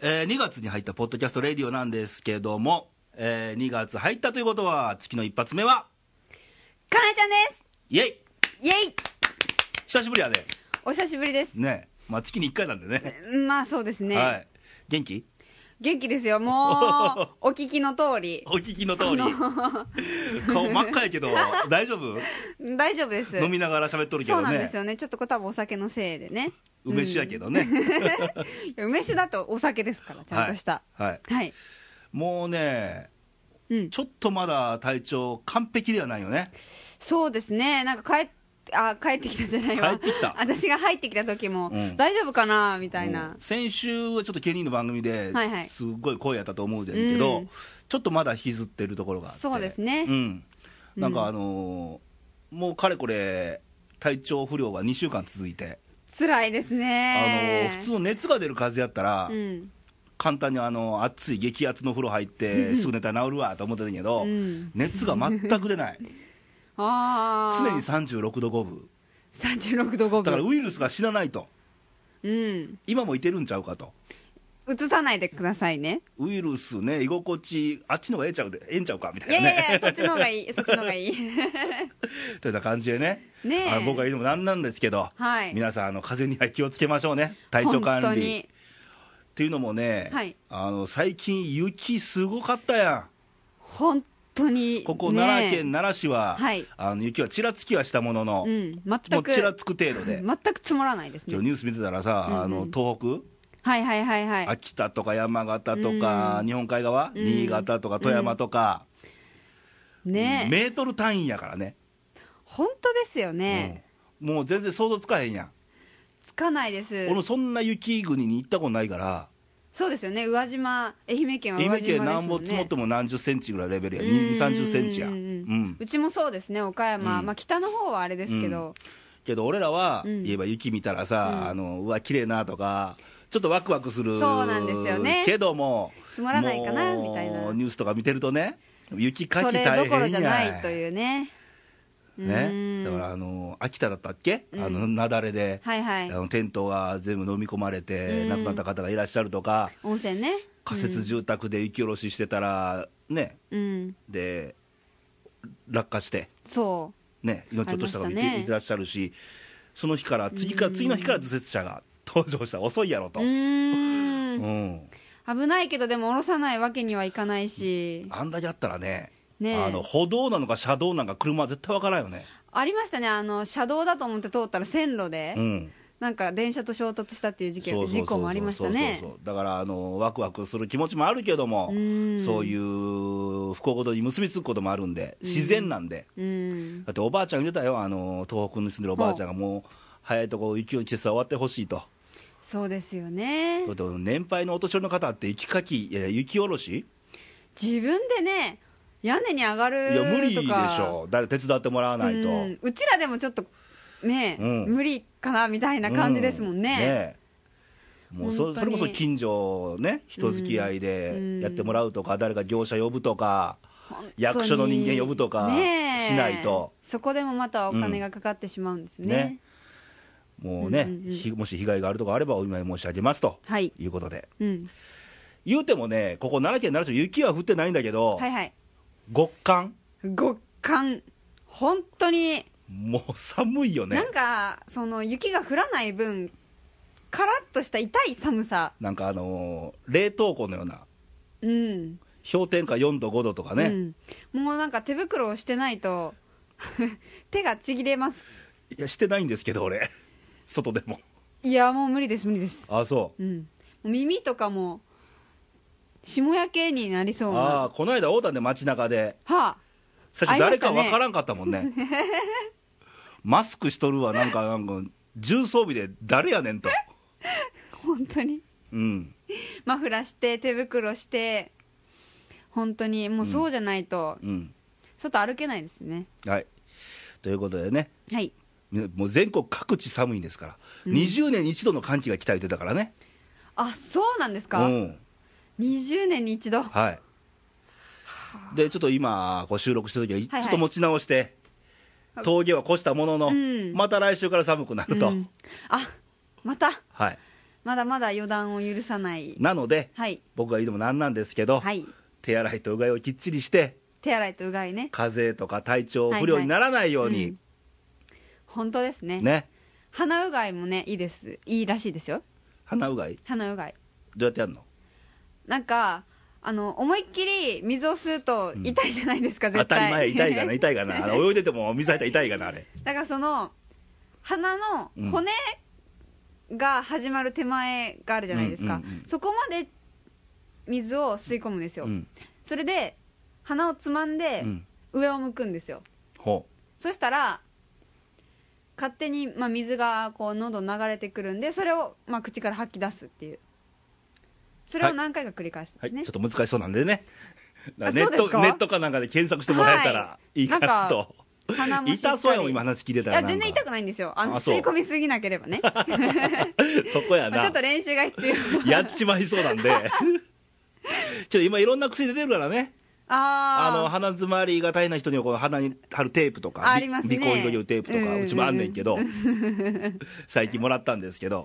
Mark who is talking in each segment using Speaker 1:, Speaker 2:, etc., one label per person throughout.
Speaker 1: えー2月に入ったポッドキャストレディオなんですけども、え2月入ったということは月の一発目は
Speaker 2: かなえちゃんです
Speaker 1: イエイ
Speaker 2: イエイ
Speaker 1: 久しぶりやね
Speaker 2: お久しぶりです、
Speaker 1: ねまあ月に1回なんでね
Speaker 2: まあそうですね、
Speaker 1: はい元気
Speaker 2: 元気です よもうお聞きの通り
Speaker 1: お聞きの通り顔真っ赤や けど大丈夫
Speaker 2: 大丈夫です
Speaker 1: 飲みながら喋っとるけ
Speaker 2: そう
Speaker 1: ど
Speaker 2: なんです
Speaker 1: ね
Speaker 2: よねちょっとこれ多分お酒のせいでね
Speaker 1: 梅酒やけどね
Speaker 2: いや梅酒だとお酒ですからちゃんとした
Speaker 1: はいはい
Speaker 2: はい、
Speaker 1: もうね
Speaker 2: うん
Speaker 1: ちょっとまだ体調完璧ではないよね
Speaker 2: そうですねなんか帰っあ帰ってきたじゃないわ
Speaker 1: 帰ってきた
Speaker 2: 私が入ってきた時も、
Speaker 1: うん
Speaker 2: 大丈夫かなみたい
Speaker 1: う
Speaker 2: な、
Speaker 1: ん先週はちょっとケニーの番組で
Speaker 2: はいはい
Speaker 1: すっごい声やったと思うけど、
Speaker 2: うん
Speaker 1: ちょっとまだ引きずってるところがあって
Speaker 2: そうですね
Speaker 1: うん、なんかあのーもうかれこれ体調不良が2週間続いて、
Speaker 2: 辛いですね
Speaker 1: あのー普通の熱が出る風邪やったら、
Speaker 2: うん
Speaker 1: 簡単にあの暑い激熱の風呂入ってすぐ寝たら治るわと思ってたけど、
Speaker 2: うん
Speaker 1: 熱が全く出ない
Speaker 2: ああ
Speaker 1: 常に36度5分
Speaker 2: 36度5分
Speaker 1: だからウイルスが死なないと
Speaker 2: うん
Speaker 1: 今もいてるんちゃうかと
Speaker 2: うつさないでくださいね
Speaker 1: ウイルスね居心地あっちの方がええんちゃうでええんちゃうかみたい
Speaker 2: い
Speaker 1: な
Speaker 2: や
Speaker 1: ね
Speaker 2: いやいやそっちの方がい いそっちの方が いい
Speaker 1: というような感じでね
Speaker 2: ねえ
Speaker 1: あの僕が言うのもなんなんですけど、
Speaker 2: はい
Speaker 1: 皆さんあの風邪には気をつけましょうね体調
Speaker 2: 本
Speaker 1: 管
Speaker 2: 当
Speaker 1: 理
Speaker 2: に
Speaker 1: っていうのもね、
Speaker 2: はい
Speaker 1: あの最近雪すごかったや
Speaker 2: 本当に
Speaker 1: んここ
Speaker 2: ね
Speaker 1: 奈良県奈良市は、
Speaker 2: はい
Speaker 1: あの雪はちらつきはしたものの、
Speaker 2: うん
Speaker 1: も
Speaker 2: 全
Speaker 1: う
Speaker 2: く
Speaker 1: ちらつく程度で
Speaker 2: 全く積もらないです
Speaker 1: 今日
Speaker 2: ね
Speaker 1: ニュース見てたらさ、あの東北、
Speaker 2: はいはいはいはい
Speaker 1: 秋田とか山形とか、日本海側、新潟とか富山とか、
Speaker 2: ね
Speaker 1: メートル単位やからね、
Speaker 2: 本当ですよね
Speaker 1: うんもう全然想像つかへんやん、
Speaker 2: つかないです
Speaker 1: 俺、そんな雪国に行ったことないから、
Speaker 2: そうですよね宇和島愛媛県は宇
Speaker 1: 愛
Speaker 2: 和島
Speaker 1: 媛
Speaker 2: です
Speaker 1: 県、
Speaker 2: もんね
Speaker 1: なんぼ積もっても何十センチぐらいレベルや、
Speaker 2: うんうんうんうん
Speaker 1: 2、30センチや、うん、
Speaker 2: うちもそうですね岡山
Speaker 1: うん
Speaker 2: まあ北の方はあれですけど
Speaker 1: けど俺らは、
Speaker 2: うん
Speaker 1: 言えば雪見たらさ、あのうわ、綺麗なとか、ちょっとワクワクする
Speaker 2: そうなんですよね
Speaker 1: けども、
Speaker 2: 積もらないかな
Speaker 1: もう
Speaker 2: みたいな
Speaker 1: ニュースとか見てるとね、雪かき大
Speaker 2: そ
Speaker 1: 変
Speaker 2: れ
Speaker 1: や
Speaker 2: どころじゃないというね
Speaker 1: ね、だ
Speaker 2: うん
Speaker 1: からあの秋田だったっけ、あの雪崩で、
Speaker 2: はいは
Speaker 1: あ
Speaker 2: い
Speaker 1: のテントが全部飲み込まれて、
Speaker 2: うん
Speaker 1: 亡くなった方がいらっしゃるとか、
Speaker 2: 温泉ね
Speaker 1: 仮設住宅で雪下ろししてたら、ね、
Speaker 2: うん
Speaker 1: で落下して、
Speaker 2: そう
Speaker 1: ね、命を落とした方がいて,、
Speaker 2: ありましたね
Speaker 1: いてらっしゃるし、その日から、次から、次の日から除雪車が登場した、遅いやろと。
Speaker 2: うーん
Speaker 1: うん
Speaker 2: 危ないけどでも下ろさないわけにはいかないし
Speaker 1: あんだけあったらね
Speaker 2: ねえ
Speaker 1: あの歩道なのか車道なのか車は絶対わからんよね、
Speaker 2: ありましたねあの車道だと思って通ったら線路で、
Speaker 1: うん、
Speaker 2: なんか電車と衝突したっていう事件
Speaker 1: そうそうそう
Speaker 2: 事故もありましたね
Speaker 1: そうそうそうだからあのワクワクする気持ちもあるけども
Speaker 2: うん
Speaker 1: そういう不幸事に結びつくこともあるんで自然なんで、
Speaker 2: うん
Speaker 1: だっておばあちゃん言ってたよあの東北に住んでるおばあちゃんがもう早いとこ雪の季節は終わってほしいと。
Speaker 2: そうですよね
Speaker 1: だって年配のお年寄りの方って雪かき、えー雪下ろし
Speaker 2: 自分でね屋根に上が
Speaker 1: い
Speaker 2: る
Speaker 1: や無理で
Speaker 2: とか
Speaker 1: しょ誰手伝ってもらわないと、
Speaker 2: うんうちらでもちょっとね、
Speaker 1: うん
Speaker 2: 無理かなみたいな感じですもんね,、
Speaker 1: うえもうそ
Speaker 2: 本当に
Speaker 1: それこそ近所をね人付き合いでやってもらうとか、誰か業者呼ぶとか役所の人間呼ぶとか
Speaker 2: ねえ
Speaker 1: しないと、
Speaker 2: そこでもまたお金がかかってしまうんですね,、
Speaker 1: ねもうね、
Speaker 2: うんうんうん
Speaker 1: ひもし被害があるとかあればお見舞い申し上げますと
Speaker 2: はい、
Speaker 1: いうことで
Speaker 2: うん、
Speaker 1: 言うてもねここ奈良県奈良市雪は降ってないんだけど、
Speaker 2: はいはい
Speaker 1: 極寒
Speaker 2: 極寒本当に
Speaker 1: もう寒いよね
Speaker 2: なんかその雪が降らない分カラッとした痛い寒さ
Speaker 1: なんかあのー冷凍庫のような
Speaker 2: うん
Speaker 1: 氷点下4度5度とかね、
Speaker 2: うん、もうなんか手袋をしてないと 手がちぎれます
Speaker 1: いやしてないんですけど俺 外でも
Speaker 2: いやもう無理です無理です、
Speaker 1: ああそう
Speaker 2: うん、もう耳とかも霜焼けになりそうな
Speaker 1: ああ
Speaker 2: は
Speaker 1: ーこの間大田で街中で
Speaker 2: あ
Speaker 1: 最初誰か
Speaker 2: 会いましたね
Speaker 1: 分からんかったもん ねマスクしとるわなんかなんか重装備で誰やねんと
Speaker 2: 本当に
Speaker 1: うん
Speaker 2: マフラーして手袋して本当にもうそうじゃないと、
Speaker 1: うん
Speaker 2: 外歩けないですね
Speaker 1: はいということでね
Speaker 2: はい
Speaker 1: みもう全国各地寒いんですから、20年に一度の寒気が来た言ってたからね
Speaker 2: あそうなんです
Speaker 1: う
Speaker 2: か、
Speaker 1: ん
Speaker 2: 20年に一度
Speaker 1: はいでちょっと今こう収録してる時はい
Speaker 2: はい
Speaker 1: ちょっと持ち直して、峠は越したものの、
Speaker 2: うん
Speaker 1: また来週から寒くなると、
Speaker 2: うんあまた
Speaker 1: はい
Speaker 2: まだまだ予断を許さない
Speaker 1: なので
Speaker 2: はい
Speaker 1: 僕が言うのもなんなんですけど、
Speaker 2: はい
Speaker 1: 手洗いとうがいをきっちりして
Speaker 2: 手洗いとうがいね
Speaker 1: 風邪とか体調不良にならないように、
Speaker 2: 本当ですね
Speaker 1: ね
Speaker 2: 鼻うがいもねいいですいいらしいですよ
Speaker 1: 鼻うがい
Speaker 2: 鼻うがい
Speaker 1: どうやってやるの
Speaker 2: なんかあの思いっきり水を吸うと
Speaker 1: ん
Speaker 2: 痛いじゃないですか、
Speaker 1: 当
Speaker 2: 絶
Speaker 1: た
Speaker 2: 対
Speaker 1: り前痛い がな痛いがなあの泳いでても水入ったら痛いがなあれ
Speaker 2: だからその鼻の
Speaker 1: うん
Speaker 2: 骨が始まる手前があるじゃないですか、
Speaker 1: うんうんうん
Speaker 2: そこまで水を吸い込むんですよ、
Speaker 1: うん、
Speaker 2: それで鼻をつまんで
Speaker 1: うん、
Speaker 2: 上を向くんですよ
Speaker 1: ほ
Speaker 2: そしたら勝手に、まあ、水がこう喉に流れてくるんでそれを、まあ、口から吐き出すっていうそれを何回か繰り返す、
Speaker 1: うはい、
Speaker 2: ね
Speaker 1: ちょっと難しそうなんでね
Speaker 2: あ
Speaker 1: ネ
Speaker 2: そう
Speaker 1: ッ
Speaker 2: です
Speaker 1: ト
Speaker 2: か
Speaker 1: ネットかなんかで検索してもらえたらいいかなと、
Speaker 2: 鼻もしっか
Speaker 1: 痛
Speaker 2: り
Speaker 1: そうやもん今話聞いて
Speaker 2: い
Speaker 1: たら
Speaker 2: や全然痛
Speaker 1: く
Speaker 2: くないんですよあの
Speaker 1: あそう
Speaker 2: 吸い込みすぎなけれ ばね
Speaker 1: そこや
Speaker 2: まあちょ
Speaker 1: な
Speaker 2: っと練習が必 要
Speaker 1: やっちまいそう なんでちょっと今いろんな薬出てるからねあの
Speaker 2: ああ
Speaker 1: 鼻詰まりが大変な人にはこの鼻に貼るテープとか
Speaker 2: ありますね
Speaker 1: ビコールのテープとか
Speaker 2: うん
Speaker 1: うちもあんねんけど 最近もらったんですけど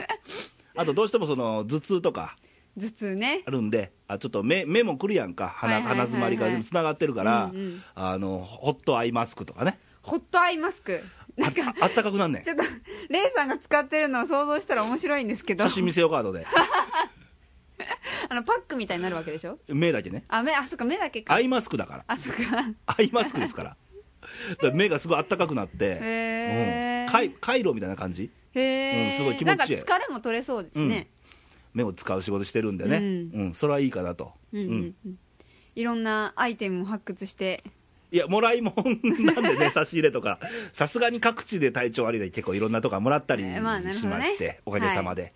Speaker 1: あとどうしてもその頭痛とか
Speaker 2: 頭痛ね
Speaker 1: あるんであちょっと目目もくるやんか
Speaker 2: は
Speaker 1: 鼻
Speaker 2: いはいはい
Speaker 1: 鼻
Speaker 2: はい
Speaker 1: 詰まりがでもつながってるから、
Speaker 2: うんうん
Speaker 1: あのホットアイマスクとかね
Speaker 2: ホットアイマスク
Speaker 1: ああったかくなんねん
Speaker 2: ちょっとレイさんが使ってるのを想像したら面白いんですけど
Speaker 1: 写真見せようカードで
Speaker 2: あのパックみたいになるわけでしょ
Speaker 1: 目だけね
Speaker 2: あ目あそっか目だけか
Speaker 1: アイマスクだから
Speaker 2: あそっか
Speaker 1: アイマスクです からだから目がすごいあったかくなって、
Speaker 2: へー
Speaker 1: うんカイ回路みたいな感じ
Speaker 2: へえ、
Speaker 1: うんすごい気持ちいい
Speaker 2: なんか疲れも取れそうですね、
Speaker 1: 目を使う仕事してるんでね、
Speaker 2: う
Speaker 1: うんそれはいいかなと、
Speaker 2: うんうんうんいろんなアイテムを発掘して
Speaker 1: いやもらいもんなんでね 差し入れとかさすがに各地で体調悪いで結構いろんなとかもらったりし
Speaker 2: えーま
Speaker 1: ま
Speaker 2: あなる
Speaker 1: し
Speaker 2: ほ
Speaker 1: て、
Speaker 2: どね
Speaker 1: おかげさまで、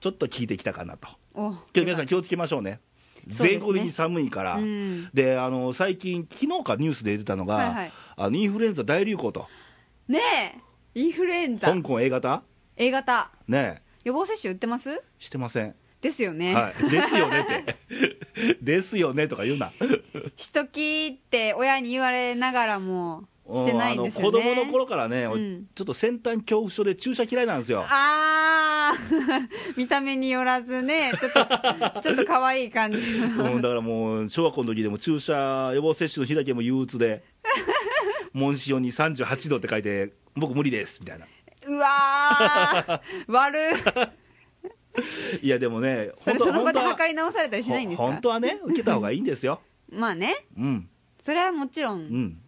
Speaker 1: ちょっと効いてきたかなと
Speaker 2: お
Speaker 1: けど皆さん気をつけましょうね
Speaker 2: そうですね
Speaker 1: 全国的に寒いから、
Speaker 2: うん
Speaker 1: であの最近昨日かニュースで出てたのが、
Speaker 2: はいはい
Speaker 1: あのインフルエンザ大流行と
Speaker 2: ねえインフルエンザ
Speaker 1: 香港 A 型
Speaker 2: A 型
Speaker 1: ねえ
Speaker 2: 予防接種打ってます
Speaker 1: してません、
Speaker 2: ですよね、
Speaker 1: はい、ですよねって ですよねとか言うな
Speaker 2: しときって親に言われながらもしてないんですよね
Speaker 1: うんあの子供の頃からね、
Speaker 2: うん
Speaker 1: ちょっと先端恐怖症で注射嫌いなんですよ
Speaker 2: あー 見た目によらずねち ょっとちょっと可愛い感じ
Speaker 1: うんだからもう小学校の時でも注射予防接種の日だけも憂鬱で問診用に38度って書いて僕無理ですみたいな
Speaker 2: う わー悪い
Speaker 1: いやでもね
Speaker 2: それその場
Speaker 1: 本当
Speaker 2: で
Speaker 1: は
Speaker 2: 測り直されたりしないんです
Speaker 1: ほ
Speaker 2: か
Speaker 1: 本当はね受けた方がいいんですよ
Speaker 2: まあね
Speaker 1: うん
Speaker 2: それはもちろ
Speaker 1: うんん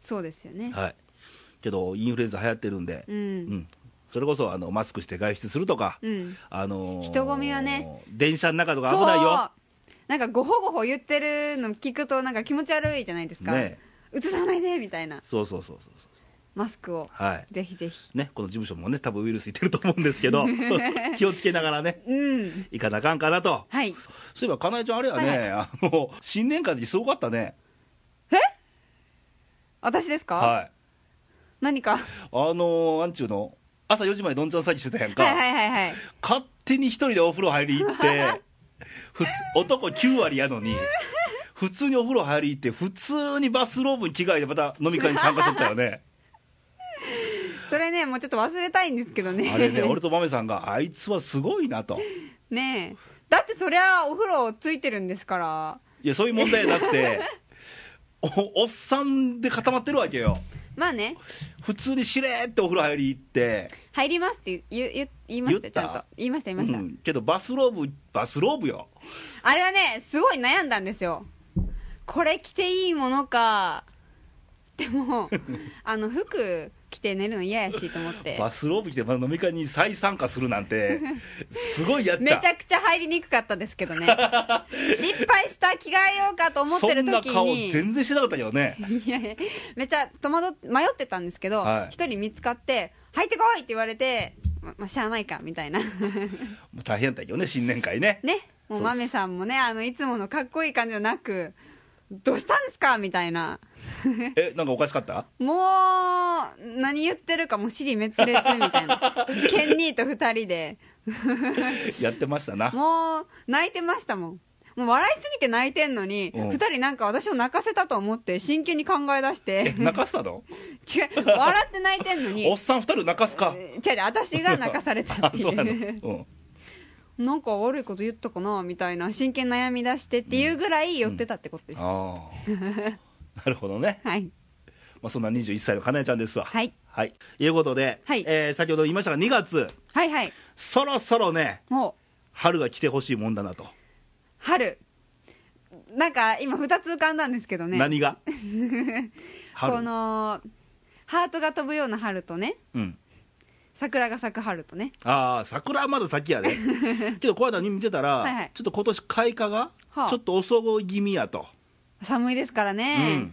Speaker 2: そうですよね
Speaker 1: はいけどインフルエンザ流行ってるんで
Speaker 2: う
Speaker 1: うん、
Speaker 2: ん
Speaker 1: それこそあのマスクして外出するとか、
Speaker 2: うん
Speaker 1: あのー
Speaker 2: 人混みはね
Speaker 1: 電車の中とか危
Speaker 2: そう
Speaker 1: ないよ
Speaker 2: なんかごほごほ言ってるの聞くとなんか気持ち悪いじゃないですか
Speaker 1: ね
Speaker 2: うつさないでみたいな
Speaker 1: そうそうそうそうそう
Speaker 2: マスクを
Speaker 1: はい
Speaker 2: ぜひぜひ
Speaker 1: ね、この事務所もね、多分ウイルスいてると思うんですけ ど、気をつけながらね、
Speaker 2: うん
Speaker 1: いかなあかんかなと、
Speaker 2: はい
Speaker 1: そういえば、かなえちゃん、あれやね、
Speaker 2: はい
Speaker 1: あの新年会の時すごかったね、
Speaker 2: 私ですか、
Speaker 1: はい、
Speaker 2: 何か
Speaker 1: あのー、なんちゅうの、朝4時までどんちゃん詐欺してたやんか、
Speaker 2: はいはいはいはい
Speaker 1: 勝手に一人でお風呂入り行 って、普通男9割やのに、普通にお風呂入り行って、普通にバスローブに着替えて、また飲み会に参加しとったよ ね、
Speaker 2: それねもうちょっと忘れたいんですけどね
Speaker 1: あれね、俺と豆さんが、あいつはすごいなと。
Speaker 2: ねえだってそりゃお風呂ついてるんですから
Speaker 1: いや、そういう問題じゃなくて、おおっさんで固まってるわけよ。
Speaker 2: まあね
Speaker 1: 普通にしれーってお風呂入り行って、
Speaker 2: 入りますって言言言いました
Speaker 1: 言
Speaker 2: ち
Speaker 1: った
Speaker 2: ゃんと言いました言いました、
Speaker 1: うんけどバスローブ、バスローブよ。
Speaker 2: あれはねすごい悩んだんですよこれ着ていいものかでも あの服着て寝るの嫌やしと思って
Speaker 1: バスローブ着てまだ飲み会に再参加するなんて、すごいやっち
Speaker 2: め
Speaker 1: ゃ
Speaker 2: ちゃくちゃ入りにくかったです けどね失敗した着替えようかと思って
Speaker 1: そ
Speaker 2: る時
Speaker 1: んな顔
Speaker 2: に
Speaker 1: 全然してなかったけどね。
Speaker 2: いやいやめっちゃ戸惑っ迷ってたんですけど一、
Speaker 1: はい
Speaker 2: 人見つかって「入ってこい!」って言われてままあしゃあないかみた いな
Speaker 1: もう大変だったけどね、新年会ね。
Speaker 2: ね
Speaker 1: そうっ
Speaker 2: もう
Speaker 1: す
Speaker 2: まめさんもねあのいつものかっこいい感じじゃなく「どうしたんですか?」みたいな
Speaker 1: え、なんかおかしかった
Speaker 2: もう、何言ってるかもう尻滅裂みた いな。ケンニーと二人で、
Speaker 1: やってましたな。
Speaker 2: もう泣いてましたもん。もう笑いすぎて泣いてんのに、
Speaker 1: うん
Speaker 2: 二人なんか私を泣かせたと思って真剣に考え出して
Speaker 1: え、、泣かしたの
Speaker 2: 違う、笑って泣いてんのに、違
Speaker 1: おっさん二人泣かすか。
Speaker 2: う違う、私が泣かされた
Speaker 1: あ
Speaker 2: っ、てい
Speaker 1: そうなの。う
Speaker 2: う。
Speaker 1: ん。
Speaker 2: なんか悪いこと言ったかなみたいな真剣に悩み出してっていうぐらい寄ってたってことです、
Speaker 1: ああなるほどね、
Speaker 2: はい
Speaker 1: まあ、そんな21歳のかなえちゃんですわい、
Speaker 2: はい
Speaker 1: はい、いうことで、
Speaker 2: はい
Speaker 1: えー先ほど言いましたが2月
Speaker 2: はいはい
Speaker 1: そろそろね
Speaker 2: もう
Speaker 1: 春が来てほしいもんだなと、
Speaker 2: 春なんか今2つ浮かんだんですけどね
Speaker 1: 何 が春
Speaker 2: このハートが飛ぶような春とね
Speaker 1: うん
Speaker 2: 桜が咲く春とね
Speaker 1: ああ桜はまだ先 やでけどこの間に見てたら
Speaker 2: はいはい
Speaker 1: ちょっと今年開花が
Speaker 2: はあ
Speaker 1: ちょっと遅気味やと、
Speaker 2: 寒いですからね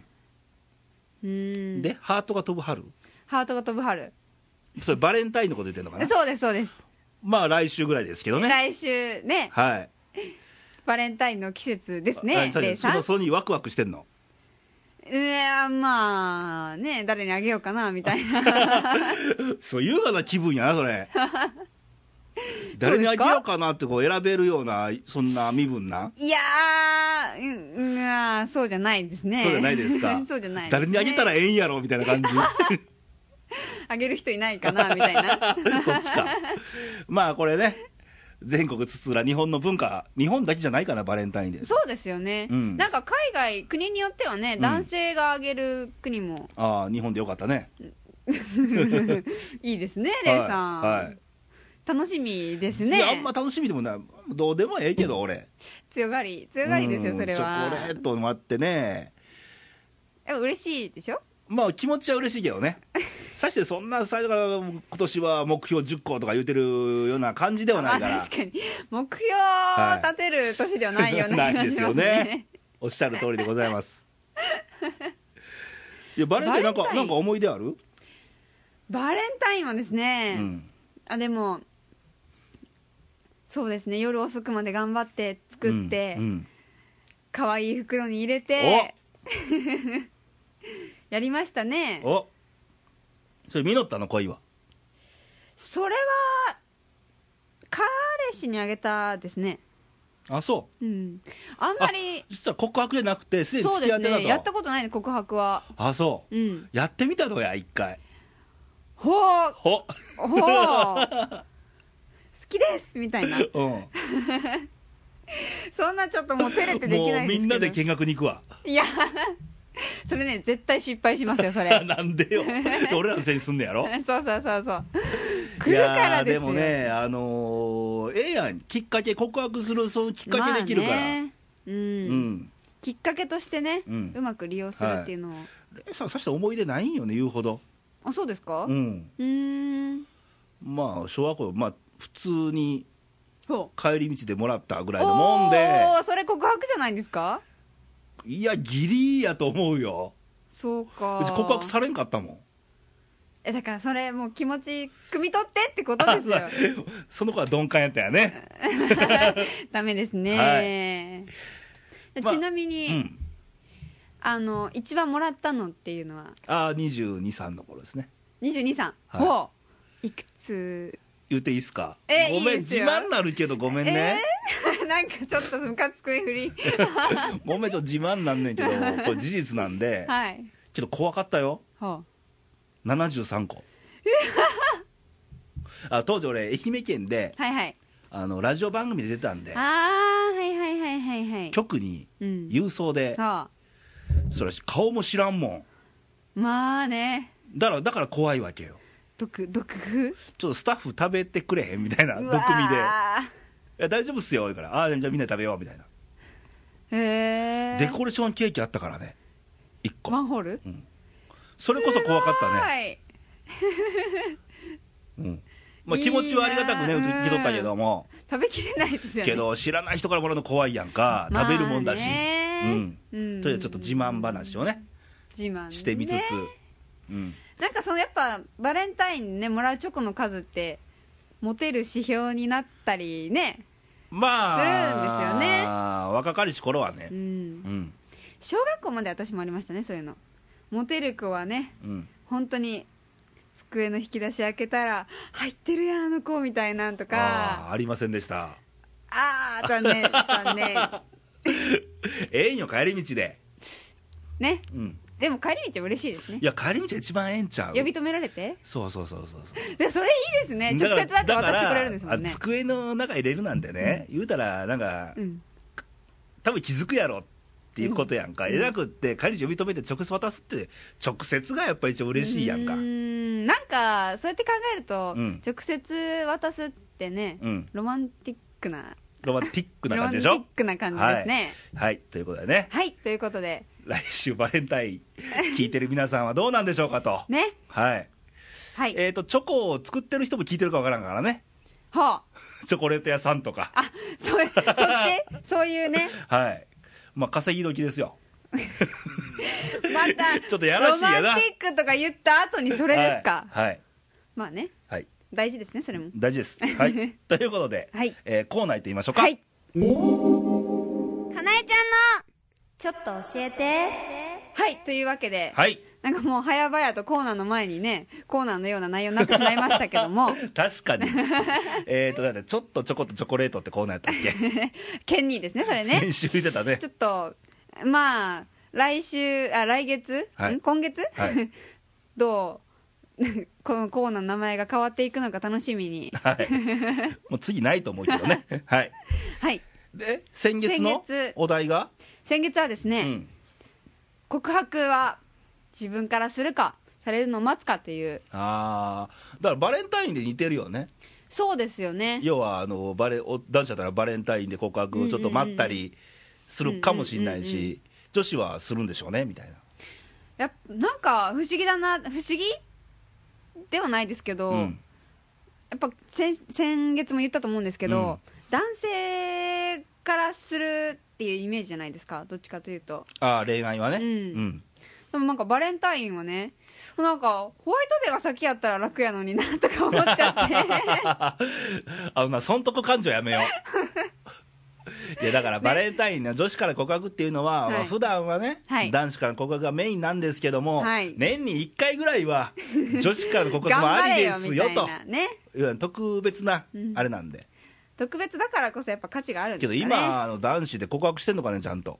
Speaker 1: う
Speaker 2: うん
Speaker 1: ん
Speaker 2: ん
Speaker 1: でハートが飛ぶ春
Speaker 2: ハートが飛ぶ春
Speaker 1: それバレンタインのこと言ってるのかな
Speaker 2: そうですそうです、
Speaker 1: まあ来週ぐらいですけどね
Speaker 2: 来週ね
Speaker 1: はい
Speaker 2: バレンタインの季節です
Speaker 1: あ
Speaker 2: ね
Speaker 1: そう
Speaker 2: で
Speaker 1: ですそ
Speaker 2: さん
Speaker 1: のそれにワクワクしてんの
Speaker 2: うわまあね誰にあげようかなみたいな
Speaker 1: そう優雅な気分やなそ れ誰にあげようかなってこう選べるようなそんな身分ない
Speaker 2: やーうんうんあーそうじゃないですね
Speaker 1: そうじゃないですか
Speaker 2: そうじゃないですね
Speaker 1: 誰にあげたらええんやろみたいな 感じ
Speaker 2: あげる人いないかなみたいな
Speaker 1: そっちかまあこれね全国つつら日本の文化日本だけじゃないかなバレンタインで
Speaker 2: そうですよね、
Speaker 1: うん
Speaker 2: なんか海外国によってはね
Speaker 1: ん
Speaker 2: 男性があげる国も
Speaker 1: ああ日本でよかったね
Speaker 2: いいですね、レイさん、
Speaker 1: はいはい
Speaker 2: 楽しみです
Speaker 1: いやあん
Speaker 2: ね
Speaker 1: ま楽しみでもないどうでもええけど俺
Speaker 2: 強がり強がりですよ
Speaker 1: うん
Speaker 2: それは
Speaker 1: チョコレートもあってね
Speaker 2: でも嬉しいでしょ
Speaker 1: まあ気持ちは嬉しいけど ねさしてそんな最初から今年は目標10個とか言うてるような感じではないか
Speaker 2: まあ
Speaker 1: ら
Speaker 2: 確かに目標を立てる年ではないような
Speaker 1: は
Speaker 2: 気
Speaker 1: い
Speaker 2: がしますね,、
Speaker 1: ないですよねおっしゃる通りでございます いやバレンタインなんか
Speaker 2: バレンタイ
Speaker 1: な
Speaker 2: ン
Speaker 1: んか思い出ある、
Speaker 2: バレンタインはですね、
Speaker 1: うん
Speaker 2: あでもそうですね夜遅くまで頑張って作って、
Speaker 1: うんうん
Speaker 2: 可愛い袋に入れて やりましたね
Speaker 1: おそれ実ったの恋は
Speaker 2: それは彼氏にあげたですね
Speaker 1: あそ
Speaker 2: うんあんまり
Speaker 1: う実は告白じゃなくてすでに
Speaker 2: そう
Speaker 1: 付
Speaker 2: で
Speaker 1: き合っ
Speaker 2: す
Speaker 1: てたと
Speaker 2: ねやったことないね告白は
Speaker 1: あそう
Speaker 2: うん
Speaker 1: やってみたとや一回
Speaker 2: ほう
Speaker 1: ほ
Speaker 2: ほう 好きですみたいな
Speaker 1: うん
Speaker 2: そんなちょっともう照れてでき
Speaker 1: も
Speaker 2: な
Speaker 1: う
Speaker 2: いですけど
Speaker 1: みんなで見学に行くわ
Speaker 2: いや それね絶対失敗しますよそれ
Speaker 1: なんでよ俺らのせいにすんのやろ
Speaker 2: そうそうそうそう来るからです
Speaker 1: いやーで
Speaker 2: よ
Speaker 1: もねあのーええやんきっかけ告白するそのきっかけできるから、
Speaker 2: まあねうん
Speaker 1: うん
Speaker 2: きっかけとしてね、
Speaker 1: う
Speaker 2: うんまく利用するっていうのを、
Speaker 1: レイさんさして思い出ないんよね言うほど
Speaker 2: あそうですか
Speaker 1: う
Speaker 2: うんーん
Speaker 1: まあ小学校まあ普通に
Speaker 2: ほ
Speaker 1: 帰り道でもらったぐ
Speaker 2: う
Speaker 1: らいのもんで
Speaker 2: おーそれ告白じゃないんですか
Speaker 1: いやギリやと思うよ
Speaker 2: そうか
Speaker 1: うち告白されんかったもん
Speaker 2: えだからそれもう気持ち汲み取ってってことですよ
Speaker 1: その子は鈍感やったよね
Speaker 2: ダメですね、
Speaker 1: まあ
Speaker 2: ちなみ
Speaker 1: う
Speaker 2: に、
Speaker 1: ん
Speaker 2: あの一番もらったのっていうのは
Speaker 1: ああ2 2三の頃ですね
Speaker 2: 22さん、
Speaker 1: はい
Speaker 2: ほういくつ
Speaker 1: 言っていいっすか
Speaker 2: え
Speaker 1: ごめん
Speaker 2: いいです
Speaker 1: 自
Speaker 2: よ
Speaker 1: 慢なるけどごめんね、
Speaker 2: なんかちょっとムカつくいふり
Speaker 1: ごめんちょっと自慢なんねんけどこれ事実なんで、
Speaker 2: はい
Speaker 1: けど怖かったよ
Speaker 2: ほ
Speaker 1: 73個 あ当時俺愛媛県で
Speaker 2: うはいはい
Speaker 1: あのラジオ番組で出たんで
Speaker 2: ああはいはいはいはいはい
Speaker 1: 局に
Speaker 2: うん
Speaker 1: 郵送で、
Speaker 2: そ
Speaker 1: それ顔も知らんもん
Speaker 2: うまあね
Speaker 1: だからだから怖いわけよ
Speaker 2: 毒毒風
Speaker 1: ちょっとスタッフ食べてくれへんみたいな毒味で「いや大丈夫っすよ」言うから「ああーじゃあみんなで食べよう」みたいな
Speaker 2: でへえ
Speaker 1: デコレーションケーキあったからね1個
Speaker 2: マンホール
Speaker 1: それこそ怖かったね、
Speaker 2: ね
Speaker 1: うんまあ、
Speaker 2: いい
Speaker 1: 気持ちはありがたくね
Speaker 2: な
Speaker 1: 受
Speaker 2: ー
Speaker 1: け取ったけども
Speaker 2: 食べきれないですよね
Speaker 1: けど知らない人からもらうの怖いやんか食べるもんだし、
Speaker 2: まあね
Speaker 1: うんというちょっと自慢話をね
Speaker 2: 自慢ね
Speaker 1: してみつつ、うん
Speaker 2: なんかそのやっぱバレンタインねもらうチョコの数ってモテる指標になったりね
Speaker 1: まあ
Speaker 2: するんですよね
Speaker 1: 若かりし頃は
Speaker 2: う
Speaker 1: ね
Speaker 2: ん
Speaker 1: うん
Speaker 2: 小学校まで私もありましたねそういうのモテる子はね
Speaker 1: うん
Speaker 2: 本当に机の引き出し開けたら入ってるやんあの子みたいなんと
Speaker 1: あ
Speaker 2: か
Speaker 1: あありませんでした
Speaker 2: ああ残念残念
Speaker 1: ええんよ帰り道で
Speaker 2: ね
Speaker 1: うん
Speaker 2: でも帰り道は嬉しいですね
Speaker 1: いや帰り道が一番ええんちゃう
Speaker 2: 呼び止められて
Speaker 1: そうそうそうそうそう
Speaker 2: でそれいいですね直接会って
Speaker 1: だから
Speaker 2: 渡してくれるんですもん
Speaker 1: あ
Speaker 2: ね
Speaker 1: 机の中入れるなんてね、言うたらなんか、
Speaker 2: うん
Speaker 1: 多分気づくやろっていうことやんか、
Speaker 2: うん
Speaker 1: えらくって帰り道呼び止めて直接渡すって直接がやっぱ一番嬉しいやんか
Speaker 2: う
Speaker 1: うん
Speaker 2: ーなんかそうやって考えると、
Speaker 1: うん
Speaker 2: 直接渡すってね、ロマンティックな
Speaker 1: ロマンティックな
Speaker 2: ロマ
Speaker 1: 感
Speaker 2: ン
Speaker 1: じ
Speaker 2: テ
Speaker 1: でし
Speaker 2: ィ
Speaker 1: ょ
Speaker 2: ックな感じですね
Speaker 1: はいということでね
Speaker 2: はい、ということで
Speaker 1: 来週バレンタイン聞いてる皆さんはどうなんでしょうかと、
Speaker 2: ね
Speaker 1: はい
Speaker 2: はい
Speaker 1: えっ、とチョコを作ってる人も聞いてるかわからんからね
Speaker 2: ほう
Speaker 1: チョコレート屋さんとか
Speaker 2: あそうそっちそういうね
Speaker 1: はいまあ稼ぎ時ですよ
Speaker 2: また
Speaker 1: ちょっとやらしいやな
Speaker 2: ロマンティックとか言った後にそれですか、
Speaker 1: はいはい、
Speaker 2: まあね
Speaker 1: はい
Speaker 2: 大事ですねそれも
Speaker 1: 大事 です。はい、ということで、
Speaker 2: はい
Speaker 1: えーコーナー行ってみましょうか。
Speaker 2: はい
Speaker 3: かなえちゃんのちょっと教えて
Speaker 2: はいというわけで、
Speaker 1: はい
Speaker 2: なんかもう早々とコーナーの前にねコーナーのような内容になってしまいましたけ ども
Speaker 1: 確か に。えっと、だって、ちょっとチョコとチョコレートってコーナーやったっけ、
Speaker 2: ケンニーですねそれ ね
Speaker 1: 先週言ってたね
Speaker 2: ち。ょっとまあ来週あ来月、
Speaker 1: はい
Speaker 2: ん今月、
Speaker 1: はい
Speaker 2: どう このコーナーの名前が変わっていくのか楽し みに
Speaker 1: はい。もう次ないと思うけ どね。はい。
Speaker 2: はい
Speaker 1: で、先月の
Speaker 2: 先月
Speaker 1: お題が、
Speaker 2: 先月はですね、
Speaker 1: うん。
Speaker 2: 告白は自分からするかされるのを待つかという
Speaker 1: あーだからバレンタインで似てるよね。
Speaker 2: そうですよね
Speaker 1: 要は、あの、バレ、お男子だったらバレンタインで告白をちょっと待ったりするかもしれない
Speaker 2: うんうんうん
Speaker 1: し、女子はするんでしょうね、みたいな。
Speaker 2: やっぱなんか不思議だな不思議ではないですけど、
Speaker 1: うん。
Speaker 2: やっぱ先先月も言ったと思うんですけど、
Speaker 1: うん
Speaker 2: 男性からするっていうイメージじゃないですかどっちかというと
Speaker 1: ああ、恋愛はね。
Speaker 2: うん
Speaker 1: うん
Speaker 2: でもなんかバレンタインはねなんかホワイトデーが先やったら楽やのになとか思っちゃ って
Speaker 1: あのな、損得感情やめよ う。いやだからバレンタインの女子から告白っていうのは、
Speaker 2: はい
Speaker 1: まあ普段はね、
Speaker 2: はい
Speaker 1: 男子からの告白がメインなんですけども、
Speaker 2: はい
Speaker 1: 年に1回ぐらい は女子からの告白
Speaker 2: 頑
Speaker 1: もあ
Speaker 2: 張
Speaker 1: り
Speaker 2: れ
Speaker 1: で
Speaker 2: よ
Speaker 1: す
Speaker 2: み
Speaker 1: よ
Speaker 2: たい
Speaker 1: と
Speaker 2: なね
Speaker 1: いや特別な
Speaker 2: うん
Speaker 1: あれなんで、
Speaker 2: 特別だからこそやっぱ価値があるん
Speaker 1: け
Speaker 2: です
Speaker 1: ど
Speaker 2: かね
Speaker 1: 今あの男子で告白してんのかねちゃんと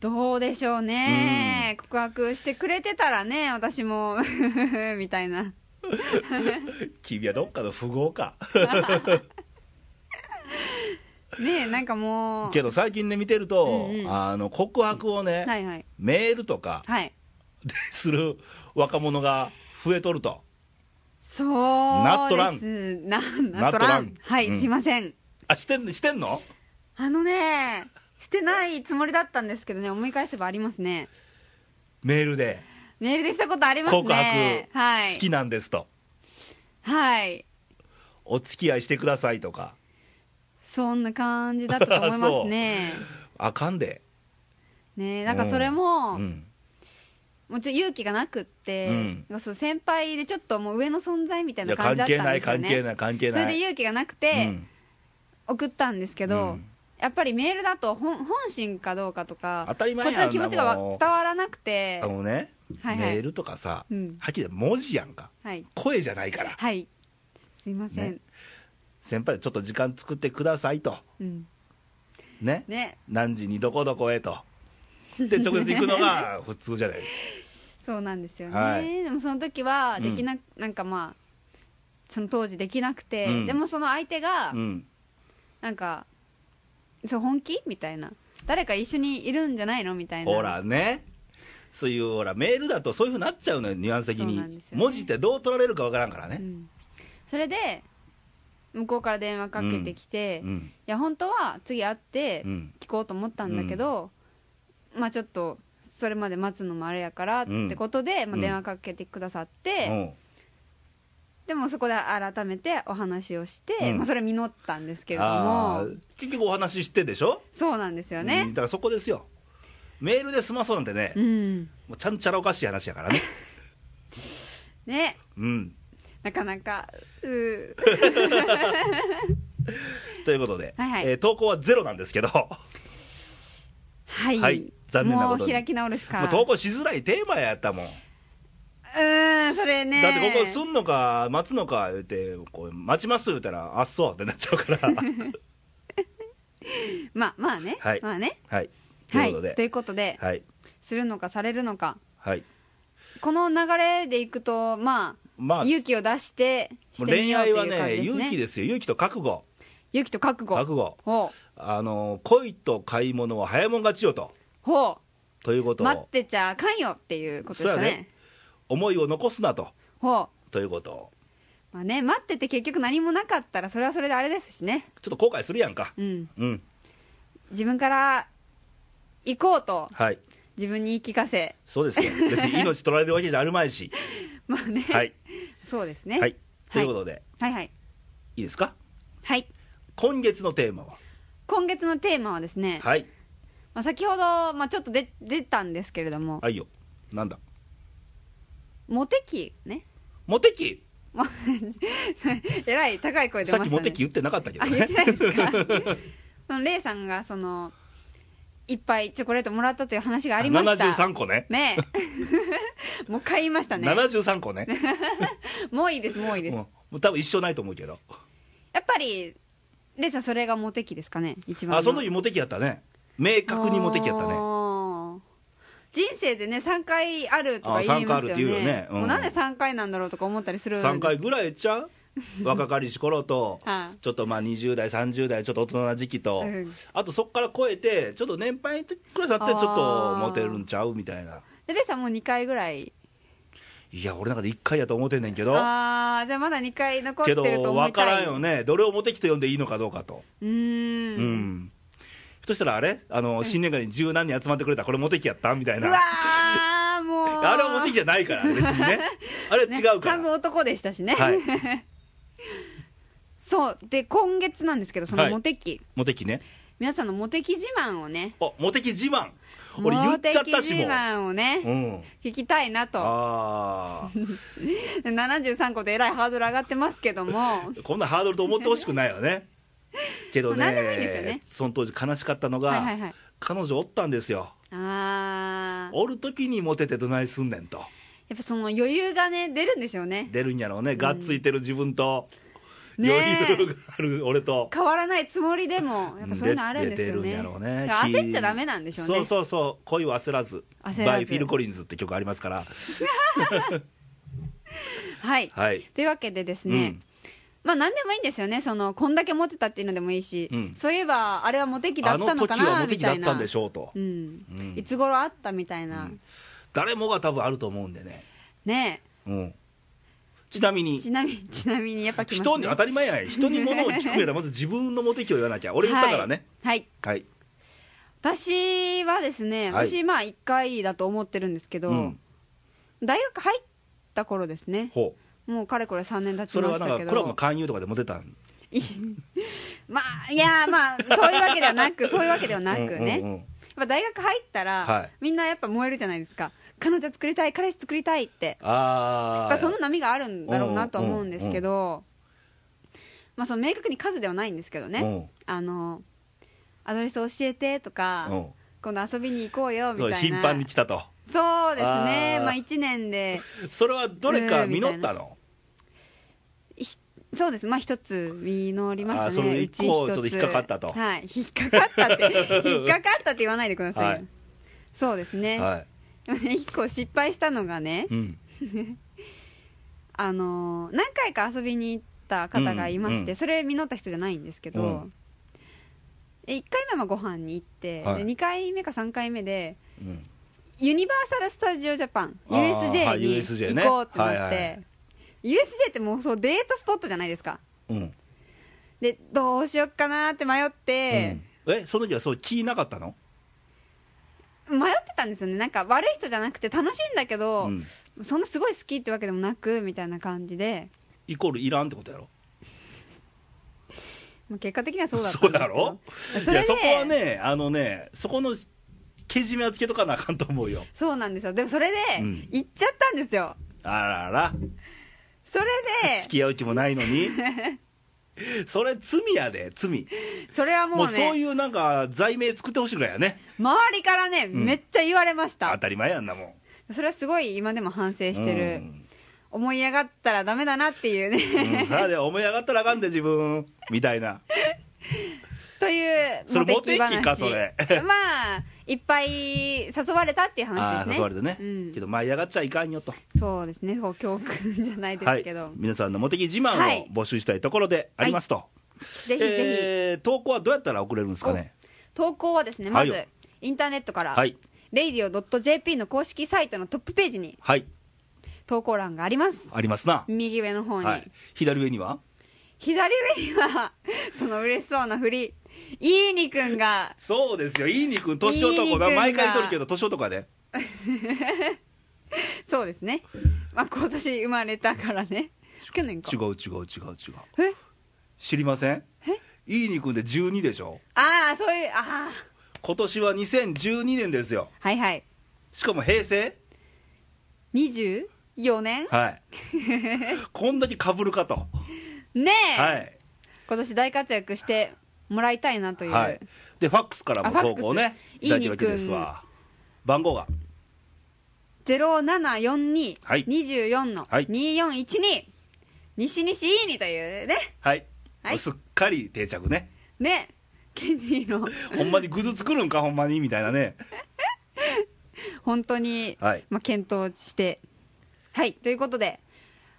Speaker 2: どうでしょうね、告白してくれてたらね私も みたいな
Speaker 1: 君はどっかの富豪か
Speaker 2: ねえなんかもう
Speaker 1: けど最近ね見てると、
Speaker 2: うんうん
Speaker 1: あの告白をね、
Speaker 2: はいはい
Speaker 1: メールとか
Speaker 2: はい
Speaker 1: でする若者が増えとると
Speaker 2: そうです
Speaker 1: ナ
Speaker 2: なナ
Speaker 1: ッ
Speaker 2: ッ
Speaker 1: ト
Speaker 2: ト
Speaker 1: ラ
Speaker 2: ラ
Speaker 1: ン
Speaker 2: ンはい、
Speaker 1: うん
Speaker 2: すいません
Speaker 1: あしてんしてんの
Speaker 2: あのねしてないつもりだったんですけどね思い返せばありますね
Speaker 1: メールで
Speaker 2: メールでしたことありますね
Speaker 1: 告白
Speaker 2: はい
Speaker 1: 好きなんですと、
Speaker 2: はい
Speaker 1: お付き合いしてくださいとか
Speaker 2: そんな感じだったと思います ね
Speaker 1: あかんで、
Speaker 2: ねえなんかそれも、
Speaker 1: うん
Speaker 2: もちろん勇気がなくって、
Speaker 1: うん
Speaker 2: なんかそう先輩でちょっともう上の存在みたい
Speaker 1: い
Speaker 2: な
Speaker 1: や
Speaker 2: 感
Speaker 1: 関
Speaker 2: じだった
Speaker 1: 係な
Speaker 2: んで
Speaker 1: い
Speaker 2: すよ
Speaker 1: 関
Speaker 2: ね
Speaker 1: 係ない関係ない
Speaker 2: それで勇気がなくて
Speaker 1: うん
Speaker 2: 送ったんですけど、
Speaker 1: うん
Speaker 2: やっぱりメールだと本本心かどうかとか
Speaker 1: 当たり前
Speaker 2: こ
Speaker 1: や
Speaker 2: っ
Speaker 1: ん
Speaker 2: ちの気持ちがわ
Speaker 1: あんなもん
Speaker 2: 伝わらなくて
Speaker 1: あのね、
Speaker 2: はいはい
Speaker 1: メールとかさ、
Speaker 2: うん
Speaker 1: はっきり言って文字やんか
Speaker 2: はい
Speaker 1: 声じゃないから
Speaker 2: はいすいません、
Speaker 1: ね先輩ちょっと時間作ってくださいと
Speaker 2: うん
Speaker 1: ね
Speaker 2: ね
Speaker 1: 何時にどこどこへとで直接行くの が普通じゃない
Speaker 2: そうなんですよね、
Speaker 1: はい
Speaker 2: でもその時はできな、なんかまあその当時できなくて、
Speaker 1: うん
Speaker 2: でもその相手が
Speaker 1: うん
Speaker 2: なんか、そう本気みたいな誰か一緒にいるんじゃないのみたいな
Speaker 1: ほらねそういうほらメールだとそういうふうになっちゃうのよニュアンス的
Speaker 2: そう
Speaker 1: に、
Speaker 2: なんですよね
Speaker 1: 文字ってどう取られるかわからんから
Speaker 2: う
Speaker 1: ね、
Speaker 2: んそれで向こうから電話かけてきて、
Speaker 1: う
Speaker 2: い
Speaker 1: ん
Speaker 2: や本当は次会って
Speaker 1: うん
Speaker 2: 聞こうと思ったんだけど、まあちょっとそれまで待つのもあれやからってことで、
Speaker 1: ん
Speaker 2: まあ、電話かけてくださって、
Speaker 1: うん
Speaker 2: でもそこで改めてお話をして、
Speaker 1: うん
Speaker 2: まあ、それ実ったんですけれど
Speaker 1: あ
Speaker 2: も
Speaker 1: ー結局お話ししてでしょ、
Speaker 2: そうなんですよ
Speaker 1: うん
Speaker 2: ね
Speaker 1: だからそこですよメールで済まそうなんてね、
Speaker 2: うん、
Speaker 1: もうちゃんちゃらおかしい話やから ね
Speaker 2: ね
Speaker 1: うん
Speaker 2: なかなかうー
Speaker 1: ということで、
Speaker 2: はいはい
Speaker 1: えー投稿はゼロなんですけど
Speaker 2: はい、
Speaker 1: はい残念なことに
Speaker 2: もう開き直るしか
Speaker 1: もう投稿しづらいテーマやったもん、
Speaker 2: うーんそれね
Speaker 1: だってここすんのか待つのか言ってこう待ちます言ったらあっそうってなっちゃうから
Speaker 2: まあまあね、
Speaker 1: はい
Speaker 2: まあね
Speaker 1: はいと
Speaker 2: はいいう
Speaker 1: こと
Speaker 2: と
Speaker 1: で、
Speaker 2: いうことで、
Speaker 1: はい
Speaker 2: そするのかされるのか
Speaker 1: はい
Speaker 2: この流れでいくとま
Speaker 1: ま
Speaker 2: あ
Speaker 1: あ
Speaker 2: 勇気を出してし
Speaker 1: もう
Speaker 2: てみ
Speaker 1: 恋
Speaker 2: ようって
Speaker 1: 愛は
Speaker 2: いう感
Speaker 1: ね
Speaker 2: じです
Speaker 1: 勇気ですよ
Speaker 2: ね
Speaker 1: 勇気と覚悟
Speaker 2: 勇気と覚悟
Speaker 1: 覚悟
Speaker 2: ほう
Speaker 1: あの恋と買い物は早いもん勝ちよと
Speaker 2: ほ
Speaker 1: というこ
Speaker 2: う
Speaker 1: と
Speaker 2: 待っ
Speaker 1: を
Speaker 2: てちゃあかんよっていうことですか
Speaker 1: そう
Speaker 2: ね
Speaker 1: やね思いを残すなと
Speaker 2: ほ
Speaker 1: ということを
Speaker 2: うまあね待ってて結局何もなかったらそれはそれであれですしね
Speaker 1: ちょっと後悔するやんか
Speaker 2: うん
Speaker 1: うん
Speaker 2: 自分から行こうと
Speaker 1: はい
Speaker 2: 自分に言い聞かせ
Speaker 1: そうです よ別に命取られるわけじゃあるまいし
Speaker 2: まあね、
Speaker 1: はい
Speaker 2: そうですね、
Speaker 1: はいということで、
Speaker 2: はいはい
Speaker 1: いいですか
Speaker 2: はい
Speaker 1: 今月のテーマは
Speaker 2: 今月のテーマはですね、
Speaker 1: はい
Speaker 2: まあ、先ほど、まあ、ちょっと出出たんですけれども、
Speaker 1: はいよなんだ
Speaker 2: モテ期ね
Speaker 1: モテ期
Speaker 2: えらい高い声出
Speaker 1: さっ
Speaker 2: ま
Speaker 1: き
Speaker 2: したね
Speaker 1: モテ期言ってなかったけど
Speaker 2: あ言
Speaker 1: ね
Speaker 2: ってないで すかそのレイさんがそのいっぱいチョコレートもらったという話がありました
Speaker 1: 73個ね
Speaker 2: ねえ もう買いましたね
Speaker 1: 73個ね
Speaker 2: もういいですもういいです
Speaker 1: もうもう多分一生ないと思うけど
Speaker 2: やっぱりレイさんそれがモテ期ですかね一番
Speaker 1: あその時モテ期やったね明確にモテ期やったね
Speaker 2: ね人生でね3回あるとか言います
Speaker 1: あ3回あるっ
Speaker 2: よね
Speaker 1: て言うよねうん
Speaker 2: もうなんで3回なんだろうとか思ったりするんです
Speaker 1: 3回ぐらいちゃう若かりし頃と
Speaker 2: はい
Speaker 1: ちょっとまあ20代30代ちょっと大人な時期と、
Speaker 2: うん
Speaker 1: あとそこから超えてちょっと年配くらいになってちょっ
Speaker 2: あー
Speaker 1: とモテるんちゃうみたいな
Speaker 2: でレイさんもう2回ぐらい
Speaker 1: いや俺なんかで1回やと思ってんねんけど
Speaker 2: ああじゃあまだ2回残って
Speaker 1: け
Speaker 2: る
Speaker 1: ど
Speaker 2: と思い
Speaker 1: 分か
Speaker 2: たい
Speaker 1: らんよねどれをモテ期と呼んでいいのかどうかと
Speaker 2: うー
Speaker 1: うん、
Speaker 2: ん
Speaker 1: ひとしたらあれあの新年会に十何人集まってくれたこれモテ期やったみたいうな
Speaker 2: わーもう
Speaker 1: あれはモテ期じゃない から別にねあれは違う
Speaker 2: ね
Speaker 1: から、
Speaker 2: 半分男でしたしね、
Speaker 1: はい
Speaker 2: そうで今月なんですけどその
Speaker 1: はい
Speaker 2: モテ期、
Speaker 1: モテ期ね
Speaker 2: 皆さんのモテ期自慢をね
Speaker 1: あモテ期自慢俺言っちゃったしも
Speaker 2: モテ期自慢をね、
Speaker 1: う、うん、
Speaker 2: 聞きたいなと
Speaker 1: ああ
Speaker 2: で73個でえらいハードル上がってますけども
Speaker 1: こんなハードルと思ってほしくないよねけどね,、
Speaker 2: まあ何でもいいですよね
Speaker 1: その当時悲しかったのが、
Speaker 2: はいはいはい
Speaker 1: 彼女おったんですよ
Speaker 2: あー
Speaker 1: おる時にモテてどないすんねんと
Speaker 2: やっぱその余裕がね出るんでしょうね
Speaker 1: 出るんやろうね、がっついてる自分と、
Speaker 2: ねえ
Speaker 1: 余裕がある俺と
Speaker 2: 変わらないつもりでもやっぱそういうのあるんですよ
Speaker 1: 出てるん
Speaker 2: ね
Speaker 1: やろうね
Speaker 2: だから焦っちゃダメなんでしょうね
Speaker 1: そうそうそう恋を焦らず
Speaker 2: 焦らず
Speaker 1: バイ・フィル・コリンズって曲ありますから
Speaker 2: はい、
Speaker 1: はい
Speaker 2: というわけでです
Speaker 1: う
Speaker 2: ね、
Speaker 1: ん
Speaker 2: まあ何でもいいんですよねそのこんだけモテたっていうのでもいいし、
Speaker 1: うん
Speaker 2: そういえばあれはモテ期だ
Speaker 1: あ
Speaker 2: っ
Speaker 1: の
Speaker 2: たの
Speaker 1: 時
Speaker 2: か
Speaker 1: は
Speaker 2: な
Speaker 1: モテ
Speaker 2: み
Speaker 1: 期だ
Speaker 2: たい
Speaker 1: っ
Speaker 2: な
Speaker 1: たんでしょうと、
Speaker 2: うん
Speaker 1: うん
Speaker 2: いつ頃あったみたいな、
Speaker 1: 誰もが多分あると思うんでね、
Speaker 2: ね
Speaker 1: うん、ちなみ
Speaker 2: え
Speaker 1: に
Speaker 2: ちなみに ちなみにやっぱ来ます、ね、
Speaker 1: 人に当たり前やない人に物を聞くやらまず自分のモテ期を言わなきゃ俺言ったからね
Speaker 2: はい、はい
Speaker 1: はい、
Speaker 2: 私はですね
Speaker 1: はい
Speaker 2: 私まあ1回だと思ってるんですけど、
Speaker 1: うん
Speaker 2: 大学入った頃ですね
Speaker 1: ほう
Speaker 2: もうかれこれ3年経ち
Speaker 1: それ
Speaker 2: ま
Speaker 1: は
Speaker 2: し
Speaker 1: なん
Speaker 2: た
Speaker 1: か
Speaker 2: け
Speaker 1: クラブ
Speaker 2: ど
Speaker 1: の勧誘とかでモテたん
Speaker 2: いまあいやまあそういうわけではなくそういうわけではなく
Speaker 1: うん
Speaker 2: ね、
Speaker 1: うんうん
Speaker 2: やっぱ大学入ったら、
Speaker 1: はい
Speaker 2: みんなやっぱ燃えるじゃないですか彼女作りたい彼氏作りたいってや
Speaker 1: あ
Speaker 2: っ
Speaker 1: あ
Speaker 2: ぱその波があるんだろうなとは思うんですけど、まあ、その明確に数ではないんですけどね、あのアドレス教えてとか、
Speaker 1: うん
Speaker 2: 今度遊びに行こうよみたいな
Speaker 1: 頻繁に来たと
Speaker 2: そうですね
Speaker 1: あー
Speaker 2: まあ1年で
Speaker 1: それはどれか
Speaker 2: うんみ
Speaker 1: 実
Speaker 2: たい
Speaker 1: っ
Speaker 2: な
Speaker 1: たの
Speaker 2: そうですまあ一つ実りましたね
Speaker 1: あーその
Speaker 2: うち
Speaker 1: 一個ちょ
Speaker 2: 一つ
Speaker 1: っと引っかかったと
Speaker 2: はい引っかかったって 引っかかったって言わないでくださいよ、
Speaker 1: はい
Speaker 2: そうですね、
Speaker 1: は
Speaker 2: でもね 一個失敗したのがね
Speaker 1: い、うん
Speaker 2: あのー何回か遊びに行った方がいまして、
Speaker 1: うんうん
Speaker 2: それ実った人じゃないんですけど、
Speaker 1: うん
Speaker 2: え1回目はご飯に行って、
Speaker 1: はい
Speaker 2: で2回目か3回目で
Speaker 1: うん
Speaker 2: ユニバーサル・スタジオ・ジャパン
Speaker 1: あーは
Speaker 2: USJ
Speaker 1: い
Speaker 2: に
Speaker 1: USJ ね
Speaker 2: 行こうってなって、
Speaker 1: はいはい
Speaker 2: USJ ってもうそうデートスポットじゃないですか
Speaker 1: うん
Speaker 2: でどうしよっかなって迷って、
Speaker 1: うんえその時はそう聞いなかったの
Speaker 2: 迷ってたんですよねなんか悪い人じゃなくて楽しいんだけど、
Speaker 1: うん
Speaker 2: そんなすごい好きってわけでもなくみたいな感じで、
Speaker 1: イコールいらんってことやろ
Speaker 2: まあ、結果的にはそうだった ん
Speaker 1: そう
Speaker 2: です
Speaker 1: や
Speaker 2: けど
Speaker 1: ろ
Speaker 2: そ
Speaker 1: い
Speaker 2: れ
Speaker 1: や
Speaker 2: で
Speaker 1: そこはねあのねそこのけじめはつけとかなあかんと思うよ
Speaker 2: そうなんですよでもそれで
Speaker 1: うん
Speaker 2: 行っちゃったんですよ、
Speaker 1: あらあら
Speaker 2: それ
Speaker 1: 付き合う気もないの にそれ罪やで罪
Speaker 2: でそれは
Speaker 1: も
Speaker 2: も
Speaker 1: う
Speaker 2: う
Speaker 1: そう
Speaker 2: ね
Speaker 1: いうなんか罪名作ってほしいぐらいやね
Speaker 2: 周りからね、
Speaker 1: ん
Speaker 2: めっちゃ言われまし
Speaker 1: 当
Speaker 2: た
Speaker 1: たり前やんなもん
Speaker 2: それはすごい今でも反省してる、
Speaker 1: うん
Speaker 2: 思い上がったらダメだなっていう
Speaker 1: う
Speaker 2: ね
Speaker 1: んあれ思い上がったらあかんで自分みたいな
Speaker 2: という
Speaker 1: それモテ期か
Speaker 2: 話
Speaker 1: それ
Speaker 2: まあいっぱい誘われたっていう話
Speaker 1: ああ
Speaker 2: ですね
Speaker 1: 誘われてね、
Speaker 2: うん
Speaker 1: けど舞い上がっちゃいかんよと
Speaker 2: そうですねこう教訓じゃないで
Speaker 1: は
Speaker 2: す
Speaker 1: い
Speaker 2: けど、
Speaker 1: 皆さんの茂木自慢
Speaker 2: はい
Speaker 1: を募集したいところでありますと、
Speaker 2: ぜひぜひ、
Speaker 1: えー投稿はどうやったら送れるんですかね
Speaker 2: 投稿はですねまず、
Speaker 1: はいよ
Speaker 2: インターネットから、
Speaker 1: はい
Speaker 2: radio.jp の公式サイトのトップページに
Speaker 1: はい
Speaker 2: 投稿欄があります
Speaker 1: ありますな、
Speaker 2: 右上の方に、
Speaker 1: はい、左上には
Speaker 2: 左上にはその嬉しそうな振りいいにくんが
Speaker 1: そうですよいいにくん
Speaker 2: 年
Speaker 1: 年
Speaker 2: 男
Speaker 1: 男
Speaker 2: だいいにくんが
Speaker 1: だ毎回とるけど年男やで
Speaker 2: そうですね、まあ、今年生まれたからね去年か
Speaker 1: 違う違う違う違う
Speaker 2: え
Speaker 1: 知りませんいいにくんで12でしょ
Speaker 2: ああそういうああ
Speaker 1: 今年は2012年ですよ
Speaker 2: はいはい
Speaker 1: しかも平成
Speaker 2: 24年
Speaker 1: はいこんだけかぶるかと
Speaker 2: ねえ、
Speaker 1: はい
Speaker 2: 今年大活躍してもらいたいなという、
Speaker 1: はい、でファックスからも
Speaker 2: あファッ
Speaker 1: 投
Speaker 2: クス
Speaker 1: 稿ね
Speaker 2: い
Speaker 1: い
Speaker 2: い
Speaker 1: た
Speaker 2: にくん
Speaker 1: だけるわけですわ番号が
Speaker 2: 0742、
Speaker 1: はい
Speaker 2: 24の
Speaker 1: はい
Speaker 2: 2412、西西いいにというね
Speaker 1: はい、
Speaker 2: はい
Speaker 1: すっかり定着ね
Speaker 2: ねケンディの
Speaker 1: ほんまにグズ作るんかほんまにみたいなね
Speaker 2: 本当に、
Speaker 1: はい
Speaker 2: まあ、検討してはいということで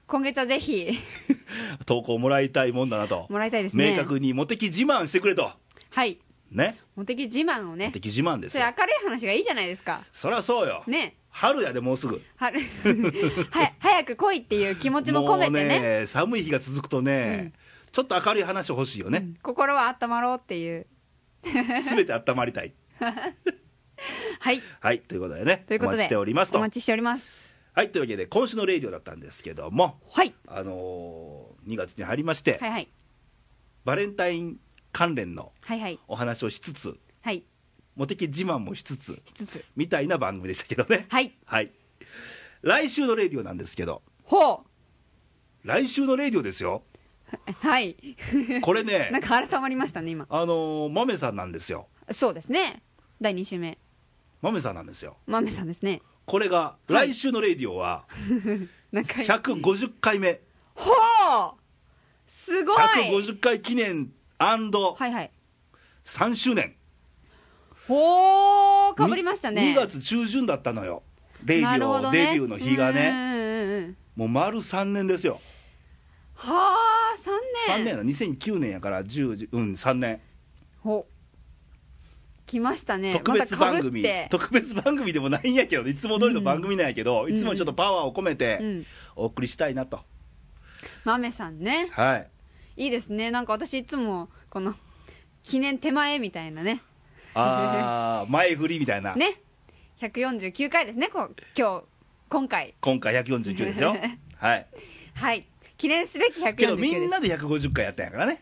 Speaker 2: 今月はぜひ
Speaker 1: 投稿もらいたいもんだなと、
Speaker 2: もらいたいですね
Speaker 1: 明確にモテキ自慢してくれと
Speaker 2: はい
Speaker 1: ね
Speaker 2: モテキ自慢をね
Speaker 1: モテキ自慢です
Speaker 2: それ
Speaker 1: よ
Speaker 2: 明るい話がいいじゃないですか
Speaker 1: そりゃそうよ、
Speaker 2: ね
Speaker 1: 春やでもうすぐ
Speaker 2: は は早く来いっていう気持ちも込めてね
Speaker 1: もうね寒い日が続くとね、ちょっと明るい話欲しいよ ね、
Speaker 2: 心は温まろうっていう
Speaker 1: すべて温まりたい
Speaker 2: はい
Speaker 1: はいということでね
Speaker 2: ということ
Speaker 1: お待
Speaker 2: で
Speaker 1: ちしております
Speaker 2: お
Speaker 1: と
Speaker 2: 待ちしております
Speaker 1: はいというわけで今週のレイディオだったんですけども
Speaker 2: はい
Speaker 1: あのー、2月に入りまして、
Speaker 2: はいはい
Speaker 1: バレンタイン関連の
Speaker 2: はいはい
Speaker 1: お話をしつつ
Speaker 2: はい
Speaker 1: モテキ自慢もしつつ
Speaker 2: しつつ
Speaker 1: みたいな番組でしたけどね
Speaker 2: はい
Speaker 1: はい来週のレイディオなんですけど
Speaker 2: ほ
Speaker 1: 来週のレイディオですよ
Speaker 2: うはい
Speaker 1: これ
Speaker 2: なん
Speaker 1: ね
Speaker 2: か改まりましたね今
Speaker 1: あのー、豆さんなんですよ
Speaker 2: そうですね第2週目
Speaker 1: 豆さんなんですよ
Speaker 2: 豆さんですね
Speaker 1: これが来週のレイディオは
Speaker 2: なんか
Speaker 1: 150回目、
Speaker 2: ほうすごい
Speaker 1: 150回記念3
Speaker 2: はいはい
Speaker 1: 周年
Speaker 2: ほうかぶりましたね
Speaker 1: 2月中旬だったのよレイデ
Speaker 2: なるほ
Speaker 1: ィ
Speaker 2: ど
Speaker 1: オ
Speaker 2: ね
Speaker 1: デビューの日がね
Speaker 2: うんうんうんうん
Speaker 1: もう丸3年ですよ
Speaker 2: はあ
Speaker 1: 3
Speaker 2: 3年
Speaker 1: 年やな2009年やから10うん3年
Speaker 2: ほ来ましたね
Speaker 1: 特別番組、
Speaker 2: また被って
Speaker 1: 特別番組でもないんやけどいつも通りの番組なんやけど、
Speaker 2: ん
Speaker 1: いつもちょっとパワーを込め
Speaker 2: う
Speaker 1: て
Speaker 2: ん
Speaker 1: お送りしたいなと、
Speaker 2: 豆さんね
Speaker 1: はい
Speaker 2: いいですねなんか私いつもこの記念手前みたいなね
Speaker 1: あー前振りみたいな、
Speaker 2: ね149回ですねこう今日今回
Speaker 1: 今回149です よはい
Speaker 2: はい記念すべき149です
Speaker 1: けどみんなで150回やったんやからね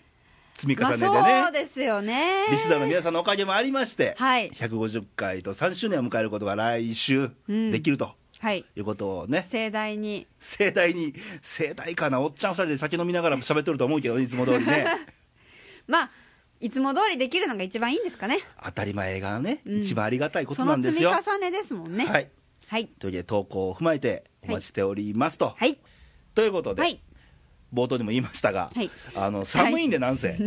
Speaker 1: 積み重
Speaker 2: ま
Speaker 1: ね
Speaker 2: あ
Speaker 1: てね、
Speaker 2: そうですよね
Speaker 1: リスナーの皆さんのおかげもありまして、
Speaker 2: はい
Speaker 1: 150回と3周年を迎えることが来週
Speaker 2: うん
Speaker 1: できると
Speaker 2: はい
Speaker 1: いうことをね、
Speaker 2: 盛大に
Speaker 1: 盛大に盛大かなおっちゃん2人で酒飲みながらも喋ってると思うけどいつも通り ね
Speaker 2: まあいつも通りできるのが一番いいんですかね
Speaker 1: 当たり前がね、
Speaker 2: うん
Speaker 1: 一番ありがたいこと
Speaker 2: そ
Speaker 1: なん
Speaker 2: の
Speaker 1: で
Speaker 2: 積
Speaker 1: す
Speaker 2: み
Speaker 1: よ
Speaker 2: 重ねですもんね
Speaker 1: はい
Speaker 2: はい
Speaker 1: というわけで投稿を踏まえてお待ちしておりますと、
Speaker 2: はい
Speaker 1: ということで、
Speaker 2: はい
Speaker 1: 冒頭にも言いましたが、
Speaker 2: はい
Speaker 1: あの寒いんでなんせ、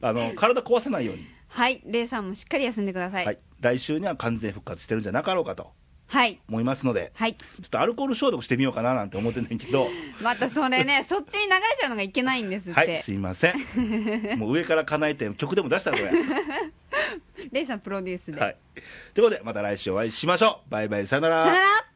Speaker 1: あの体壊さないように、
Speaker 2: はいレイさんもしっかり休んでください
Speaker 1: はい来週には完全復活してるんじゃなかろうかと
Speaker 2: はい、
Speaker 1: 思いますので、
Speaker 2: はい
Speaker 1: ちょっとアルコール消毒してみようかななんて思ってんねんけ ど
Speaker 2: またそれねそっちに流れちゃうのがいけないんですって、
Speaker 1: はいすいません もう上から叶えて曲でも出したらこれ
Speaker 2: レイさんプロデュースで、
Speaker 1: はい。ということで、また来週お会いしましょう。バイバイ、さよなら。
Speaker 2: さよなら